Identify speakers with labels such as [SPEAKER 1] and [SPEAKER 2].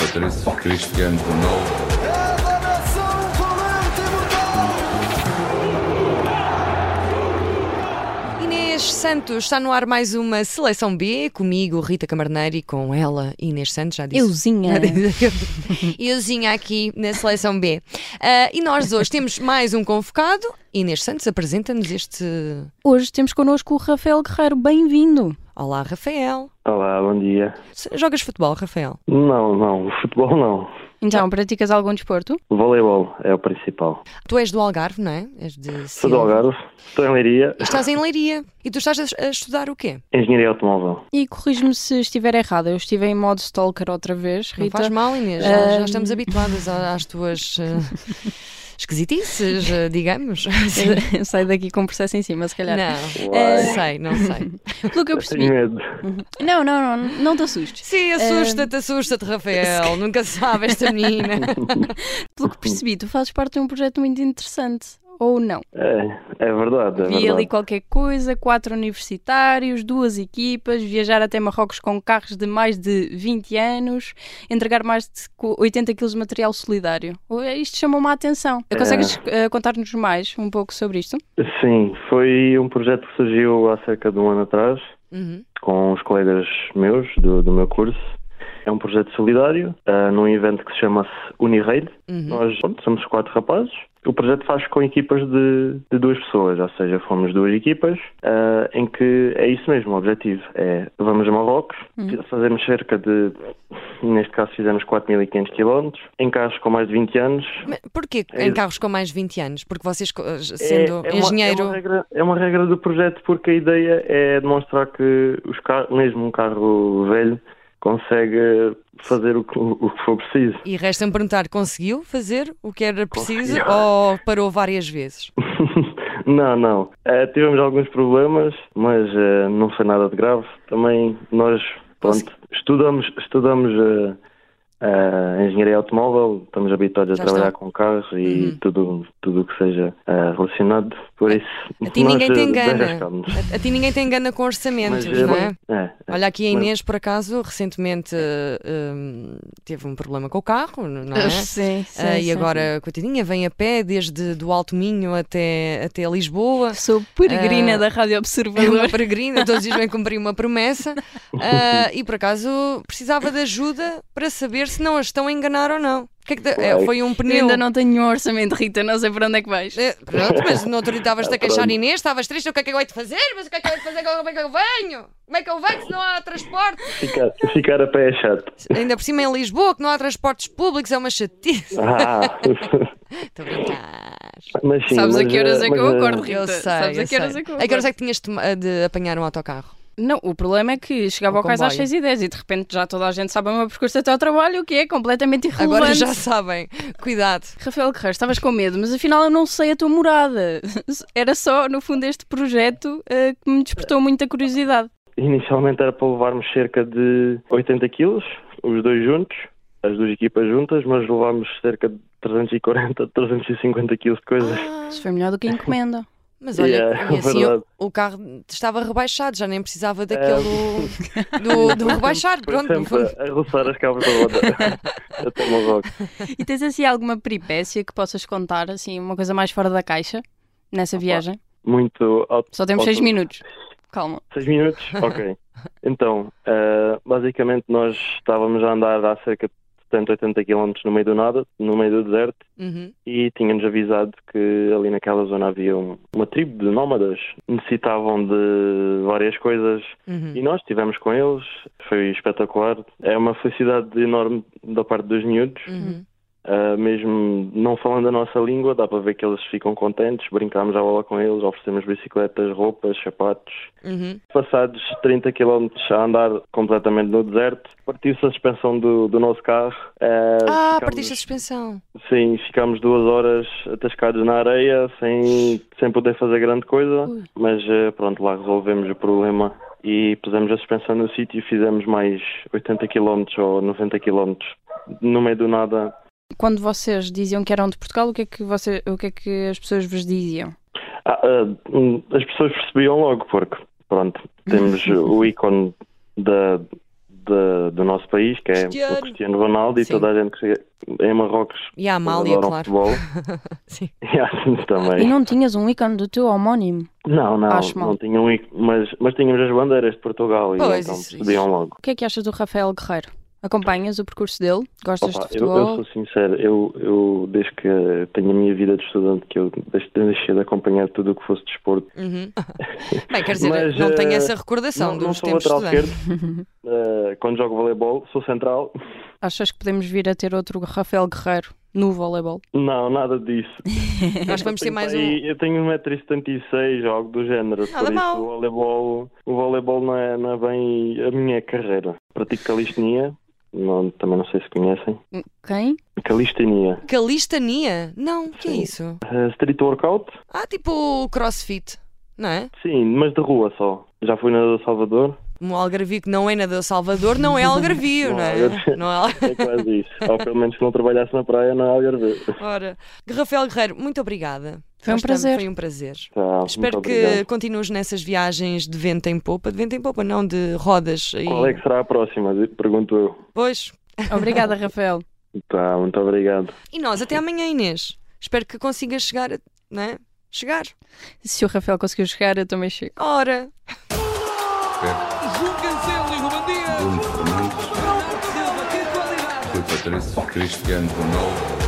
[SPEAKER 1] Patrice Cristiano Ronaldo.
[SPEAKER 2] Inês Santos, está no ar mais uma Seleção B, comigo, Rita Camarneiro, e com ela, Inês Santos, já disse.
[SPEAKER 3] Euzinha.
[SPEAKER 2] Já disse. Euzinha aqui na Seleção B. Ah, e nós hoje temos mais um convocado. Inês Santos apresenta-nos este.
[SPEAKER 3] Hoje temos connosco o Rafael Guerreiro, bem-vindo.
[SPEAKER 2] Olá, Rafael.
[SPEAKER 4] Olá, bom dia.
[SPEAKER 2] Jogas futebol, Rafael?
[SPEAKER 4] Não, não, futebol não.
[SPEAKER 3] Então, praticas algum desporto?
[SPEAKER 4] Voleibol é o principal.
[SPEAKER 2] Tu és do Algarve, não é? És de
[SPEAKER 4] Sou
[SPEAKER 2] Silva.
[SPEAKER 4] do Algarve, estou em Leiria,
[SPEAKER 2] E estás em Leiria. E tu estás a a estudar o quê?
[SPEAKER 4] engenharia automóvel.
[SPEAKER 3] E corrijo-me se estiver errada, eu estive em modo stalker outra vez,
[SPEAKER 2] Não
[SPEAKER 3] Rita.
[SPEAKER 2] faz mal, Inês. Já, já
[SPEAKER 3] Ahm.
[SPEAKER 2] estamos habituadas a- às tuas eh, esquisitices, eh, digamos.
[SPEAKER 3] Sai daqui com um processo em cima, se calhar.
[SPEAKER 2] Não, É,
[SPEAKER 4] Uai.
[SPEAKER 2] não sei, não sei.
[SPEAKER 3] Pelo que eu percebi.
[SPEAKER 4] Tenho medo.
[SPEAKER 3] Não, não, não, não te assustes.
[SPEAKER 2] Sim, assusta-te, assusta-te, Rafael. Nunca sabe esta menina.
[SPEAKER 3] Pelo que percebi, tu fazes parte de um projeto muito interessante. Ou não.
[SPEAKER 4] É, é verdade, é
[SPEAKER 3] Vi ali
[SPEAKER 4] verdade.
[SPEAKER 3] qualquer coisa, quatro universitários, duas equipas, viajar até Marrocos com carros de mais de 20 anos, entregar mais de co- 80 quilos de material solidário. é, Isto chamou-me a atenção.
[SPEAKER 4] É.
[SPEAKER 3] Consegues eh, contar-nos mais um pouco sobre isto?
[SPEAKER 4] Sim, foi um projeto que surgiu há cerca de um ano atrás
[SPEAKER 2] Uhum.
[SPEAKER 4] com os colegas meus do, do meu curso. É um projeto solidário ah, num evento que se chama-se Uniraid.
[SPEAKER 2] Uhum.
[SPEAKER 4] Nós pronto, somos quatro rapazes. O projeto faz com equipas de, de duas pessoas, ou seja, fomos duas equipas, ah, em que é isso mesmo, o objetivo é vamos a Marrocos, fazemos cerca de, neste caso fizemos 4.500 km, em carros com mais de 20 anos.
[SPEAKER 2] Mas Porquê
[SPEAKER 4] É
[SPEAKER 2] em
[SPEAKER 4] isso.
[SPEAKER 2] carros com mais de 20 anos? Porque vocês, co-
[SPEAKER 4] É-
[SPEAKER 2] sendo
[SPEAKER 4] é uma-
[SPEAKER 2] engenheiro.
[SPEAKER 4] é, uma regra, é uma regra do projeto porque a ideia é demonstrar que os car- mesmo um carro velho consegue fazer o que, o que for preciso.
[SPEAKER 2] E resta-me perguntar: conseguiu fazer o que era preciso
[SPEAKER 4] Conseguiu.
[SPEAKER 2] ou parou várias vezes?
[SPEAKER 4] Não, não. Eh, tivemos alguns problemas, mas eh, não foi nada de grave. Também nós, pronto, estudamos, estudamos eh, eh, engenharia automóvel, estamos habituados
[SPEAKER 2] Já
[SPEAKER 4] a trabalhar
[SPEAKER 2] estão.
[SPEAKER 4] com carros e
[SPEAKER 2] Uhum.
[SPEAKER 4] tudo tudo o que seja eh, relacionado. Por isso,
[SPEAKER 2] A ti
[SPEAKER 4] nós,
[SPEAKER 2] ninguém te
[SPEAKER 4] eh,
[SPEAKER 2] engana.
[SPEAKER 4] desenrascamos.
[SPEAKER 2] A, a ti ninguém te engana com orçamentos,
[SPEAKER 4] Mas, eh,
[SPEAKER 2] não é?
[SPEAKER 4] é, é.
[SPEAKER 2] Olha, aqui a
[SPEAKER 4] Mas-
[SPEAKER 2] Inês, por acaso, recentemente eh, hum, teve um problema com o carro, não é?
[SPEAKER 3] Sim, eh, sim.
[SPEAKER 2] Ah,
[SPEAKER 3] sim.
[SPEAKER 2] e agora, coitadinha, vem a pé desde do Alto Minho até, até Lisboa.
[SPEAKER 3] Sou peregrina
[SPEAKER 2] Ah,
[SPEAKER 3] da Rádio
[SPEAKER 2] É uma
[SPEAKER 3] Observador.
[SPEAKER 2] peregrina, todos os dias vem cumprir uma promessa Ah, e por acaso precisava de ajuda para saber se não a estão a enganar ou não. O que é que te- é, foi um
[SPEAKER 3] Eu
[SPEAKER 2] pneu.
[SPEAKER 3] ainda não tenho um orçamento, Rita, não sei para onde é que vais.
[SPEAKER 2] Eh, Pronto, mas no outro dia
[SPEAKER 3] Tá
[SPEAKER 2] estavas-te a queixar,
[SPEAKER 4] Pronto.
[SPEAKER 2] Inês, estavas triste, o que é que eu hei de fazer? Mas o que é que eu hei de fazer? Como é que eu venho? Como é que eu venho se não há transporte?
[SPEAKER 4] Ficar, ficar a pé é chato.
[SPEAKER 2] Ainda por cima em Lisboa, que não há transportes públicos, é uma chatice.
[SPEAKER 4] Ah,
[SPEAKER 2] Estou a brincar.
[SPEAKER 4] mas sim,
[SPEAKER 3] Sabes a
[SPEAKER 4] mas,
[SPEAKER 3] que horas
[SPEAKER 4] eh,
[SPEAKER 3] é que
[SPEAKER 4] mas,
[SPEAKER 3] eu
[SPEAKER 4] eh,
[SPEAKER 3] acordo, Rita?
[SPEAKER 2] Eu sei.
[SPEAKER 3] Sabes
[SPEAKER 2] eu
[SPEAKER 3] a que horas
[SPEAKER 2] sei.
[SPEAKER 3] é que eu
[SPEAKER 2] A que horas
[SPEAKER 3] acordo?
[SPEAKER 2] é que tinhas de, toma- de apanhar um autocarro?
[SPEAKER 3] Não, o problema é que chegava
[SPEAKER 2] O
[SPEAKER 3] ao casa às
[SPEAKER 2] comboio.
[SPEAKER 3] 6h10 e de repente já toda a gente sabe o meu percurso até ao trabalho, o que é completamente irrelevante.
[SPEAKER 2] Agora já sabem. Cuidado.
[SPEAKER 3] Rafael Guerreiro, estavas com medo, mas afinal eu não sei a tua morada. Era só, no fundo, este projeto eh, que me despertou muita curiosidade.
[SPEAKER 4] Inicialmente era para levarmos cerca de 80 quilos, os dois juntos, as duas equipas juntas, mas levámos cerca de 340, 350 quilos de coisas.
[SPEAKER 3] Isso foi melhor do que a encomenda.
[SPEAKER 2] Mas olha,
[SPEAKER 4] Yeah,
[SPEAKER 2] e assim
[SPEAKER 4] verdade.
[SPEAKER 2] o, o carro estava rebaixado, já nem precisava daquele.
[SPEAKER 4] É.
[SPEAKER 2] do, do rebaixar.
[SPEAKER 4] Foi
[SPEAKER 2] Pronto, no
[SPEAKER 4] sempre
[SPEAKER 2] fundo.
[SPEAKER 4] a roçar as cabras da roda. Até uma roca.
[SPEAKER 3] E tens assim alguma peripécia que possas contar, assim, uma coisa mais fora da caixa, nessa viagem?
[SPEAKER 4] Muito alto.
[SPEAKER 3] Só temos
[SPEAKER 4] Posso-
[SPEAKER 3] 6 minutos. Calma.
[SPEAKER 4] Seis minutos? Ok. Então, eh, basicamente nós estávamos a andar há cerca de 70, 80 quilómetros no meio do nada, no meio do deserto,
[SPEAKER 2] Uhum.
[SPEAKER 4] e tinha-nos avisado que ali naquela zona havia um- uma tribo de nómadas, necessitavam de várias coisas
[SPEAKER 2] uhum.
[SPEAKER 4] e nós estivemos com eles, foi espetacular. É uma felicidade enorme da parte dos miúdos,
[SPEAKER 2] Uhum.
[SPEAKER 4] Ah, mesmo não falando a nossa língua, dá para ver que eles ficam contentes. Brincámos à bola com eles, oferecemos bicicletas, roupas, sapatos.
[SPEAKER 2] Uhum.
[SPEAKER 4] Passados 30 km a andar completamente no deserto, partiu-se a suspensão do, do nosso carro. Ah,
[SPEAKER 2] Ah,
[SPEAKER 4] ficámos-
[SPEAKER 2] partiste a suspensão.
[SPEAKER 4] Sim, ficámos duas horas atascados na areia, sem, sem poder fazer grande coisa,
[SPEAKER 3] Ui.
[SPEAKER 4] mas eh, pronto, lá resolvemos o problema e pusemos a suspensão no sítio e fizemos mais 80 km ou 90 km no meio do nada.
[SPEAKER 3] Quando vocês diziam que eram de Portugal, o que é que, você, o que, é que as pessoas vos diziam?
[SPEAKER 4] Ah, ah, hum, as pessoas percebiam logo, porque pronto, temos o ícone da, da- do nosso país, que é
[SPEAKER 2] Cristiano.
[SPEAKER 4] o Cristiano Ronaldo, e
[SPEAKER 2] Sim.
[SPEAKER 4] toda a gente que chega em Marrocos
[SPEAKER 2] E a Amália,
[SPEAKER 4] adoram
[SPEAKER 2] claro.
[SPEAKER 4] futebol.
[SPEAKER 2] Sim.
[SPEAKER 4] E assim
[SPEAKER 3] E
[SPEAKER 4] também.
[SPEAKER 3] não tinhas um ícone do teu homónimo?
[SPEAKER 4] Não, não,
[SPEAKER 3] Acho mal.
[SPEAKER 4] não tinham, ic- mas, mas tínhamos as bandeiras de Portugal e
[SPEAKER 2] Pois,
[SPEAKER 4] então
[SPEAKER 2] isso-
[SPEAKER 4] percebiam
[SPEAKER 2] isso.
[SPEAKER 4] logo.
[SPEAKER 3] O que é que achas do Rafael Guerreiro? Acompanhas o percurso dele? Gostas
[SPEAKER 4] Opa,
[SPEAKER 3] de
[SPEAKER 4] eu, eu
[SPEAKER 3] futebol?
[SPEAKER 4] sou sincero, eu, eu desde que tenho a minha vida de estudante que eu deixe- deixei de acompanhar tudo o que fosse desporto.
[SPEAKER 2] Uhum. Bem, quer dizer,
[SPEAKER 4] Mas,
[SPEAKER 2] não tenho
[SPEAKER 4] eh,
[SPEAKER 2] essa recordação
[SPEAKER 4] não, não
[SPEAKER 2] dos
[SPEAKER 4] sou
[SPEAKER 2] tempos
[SPEAKER 4] lateral
[SPEAKER 2] estudantes.
[SPEAKER 4] esquerdo, eh, quando jogo voleibol, sou central,
[SPEAKER 3] Achas que podemos vir a ter outro Rafael Guerreiro no voleibol?
[SPEAKER 4] não, nada disso.
[SPEAKER 2] Nós vamos ter
[SPEAKER 4] Tenho
[SPEAKER 2] mais
[SPEAKER 4] para
[SPEAKER 2] um.
[SPEAKER 4] aí- Eu tenho 1,76m, algo do género.
[SPEAKER 2] Nada
[SPEAKER 4] por
[SPEAKER 2] mal.
[SPEAKER 4] isso, o voleibol, o voleibol não, é, não é bem a minha carreira. Pratico calistenia, não, também não sei se conhecem.
[SPEAKER 3] Quem?
[SPEAKER 4] Calistenia.
[SPEAKER 2] Calistania? Não, o que é
[SPEAKER 4] Sim.
[SPEAKER 2] isso?
[SPEAKER 4] Eh, street workout?
[SPEAKER 2] Ah, tipo crossfit, não é?
[SPEAKER 4] Sim, mas de rua só. Já fui na do Salvador?
[SPEAKER 2] Um algarvio que não é na do Salvador não é algarvio, não,
[SPEAKER 4] Não,
[SPEAKER 2] é?
[SPEAKER 4] eu-
[SPEAKER 2] Não é al-
[SPEAKER 4] É quase isso. Ou pelo menos se não trabalhasse na praia, não é Algarve.
[SPEAKER 2] Ora, Rafael Guerreiro, muito obrigada.
[SPEAKER 3] Foi um
[SPEAKER 2] Nós tam-
[SPEAKER 3] prazer.
[SPEAKER 2] Foi um prazer.
[SPEAKER 4] Tá,
[SPEAKER 2] Espero
[SPEAKER 4] muito
[SPEAKER 2] que
[SPEAKER 4] obrigado.
[SPEAKER 2] continues nessas viagens de vento em popa, de vento em popa, não de rodas. E...
[SPEAKER 4] Qual é que será a próxima? Pergunto eu.
[SPEAKER 2] Pois.
[SPEAKER 3] Obrigada, Rafael.
[SPEAKER 4] Tá, muito obrigado.
[SPEAKER 2] E nós, até amanhã, Inês. Espero que consigas chegar, a- não é? Chegar.
[SPEAKER 3] Se o Rafael conseguiu chegar, eu também chego.
[SPEAKER 2] Ora,
[SPEAKER 5] João Cancelo e Ruben Dias.
[SPEAKER 1] Bruno Fernandes,
[SPEAKER 5] Não precisa de qualidade.
[SPEAKER 1] Rui Patrício, Cristiano Ronaldo.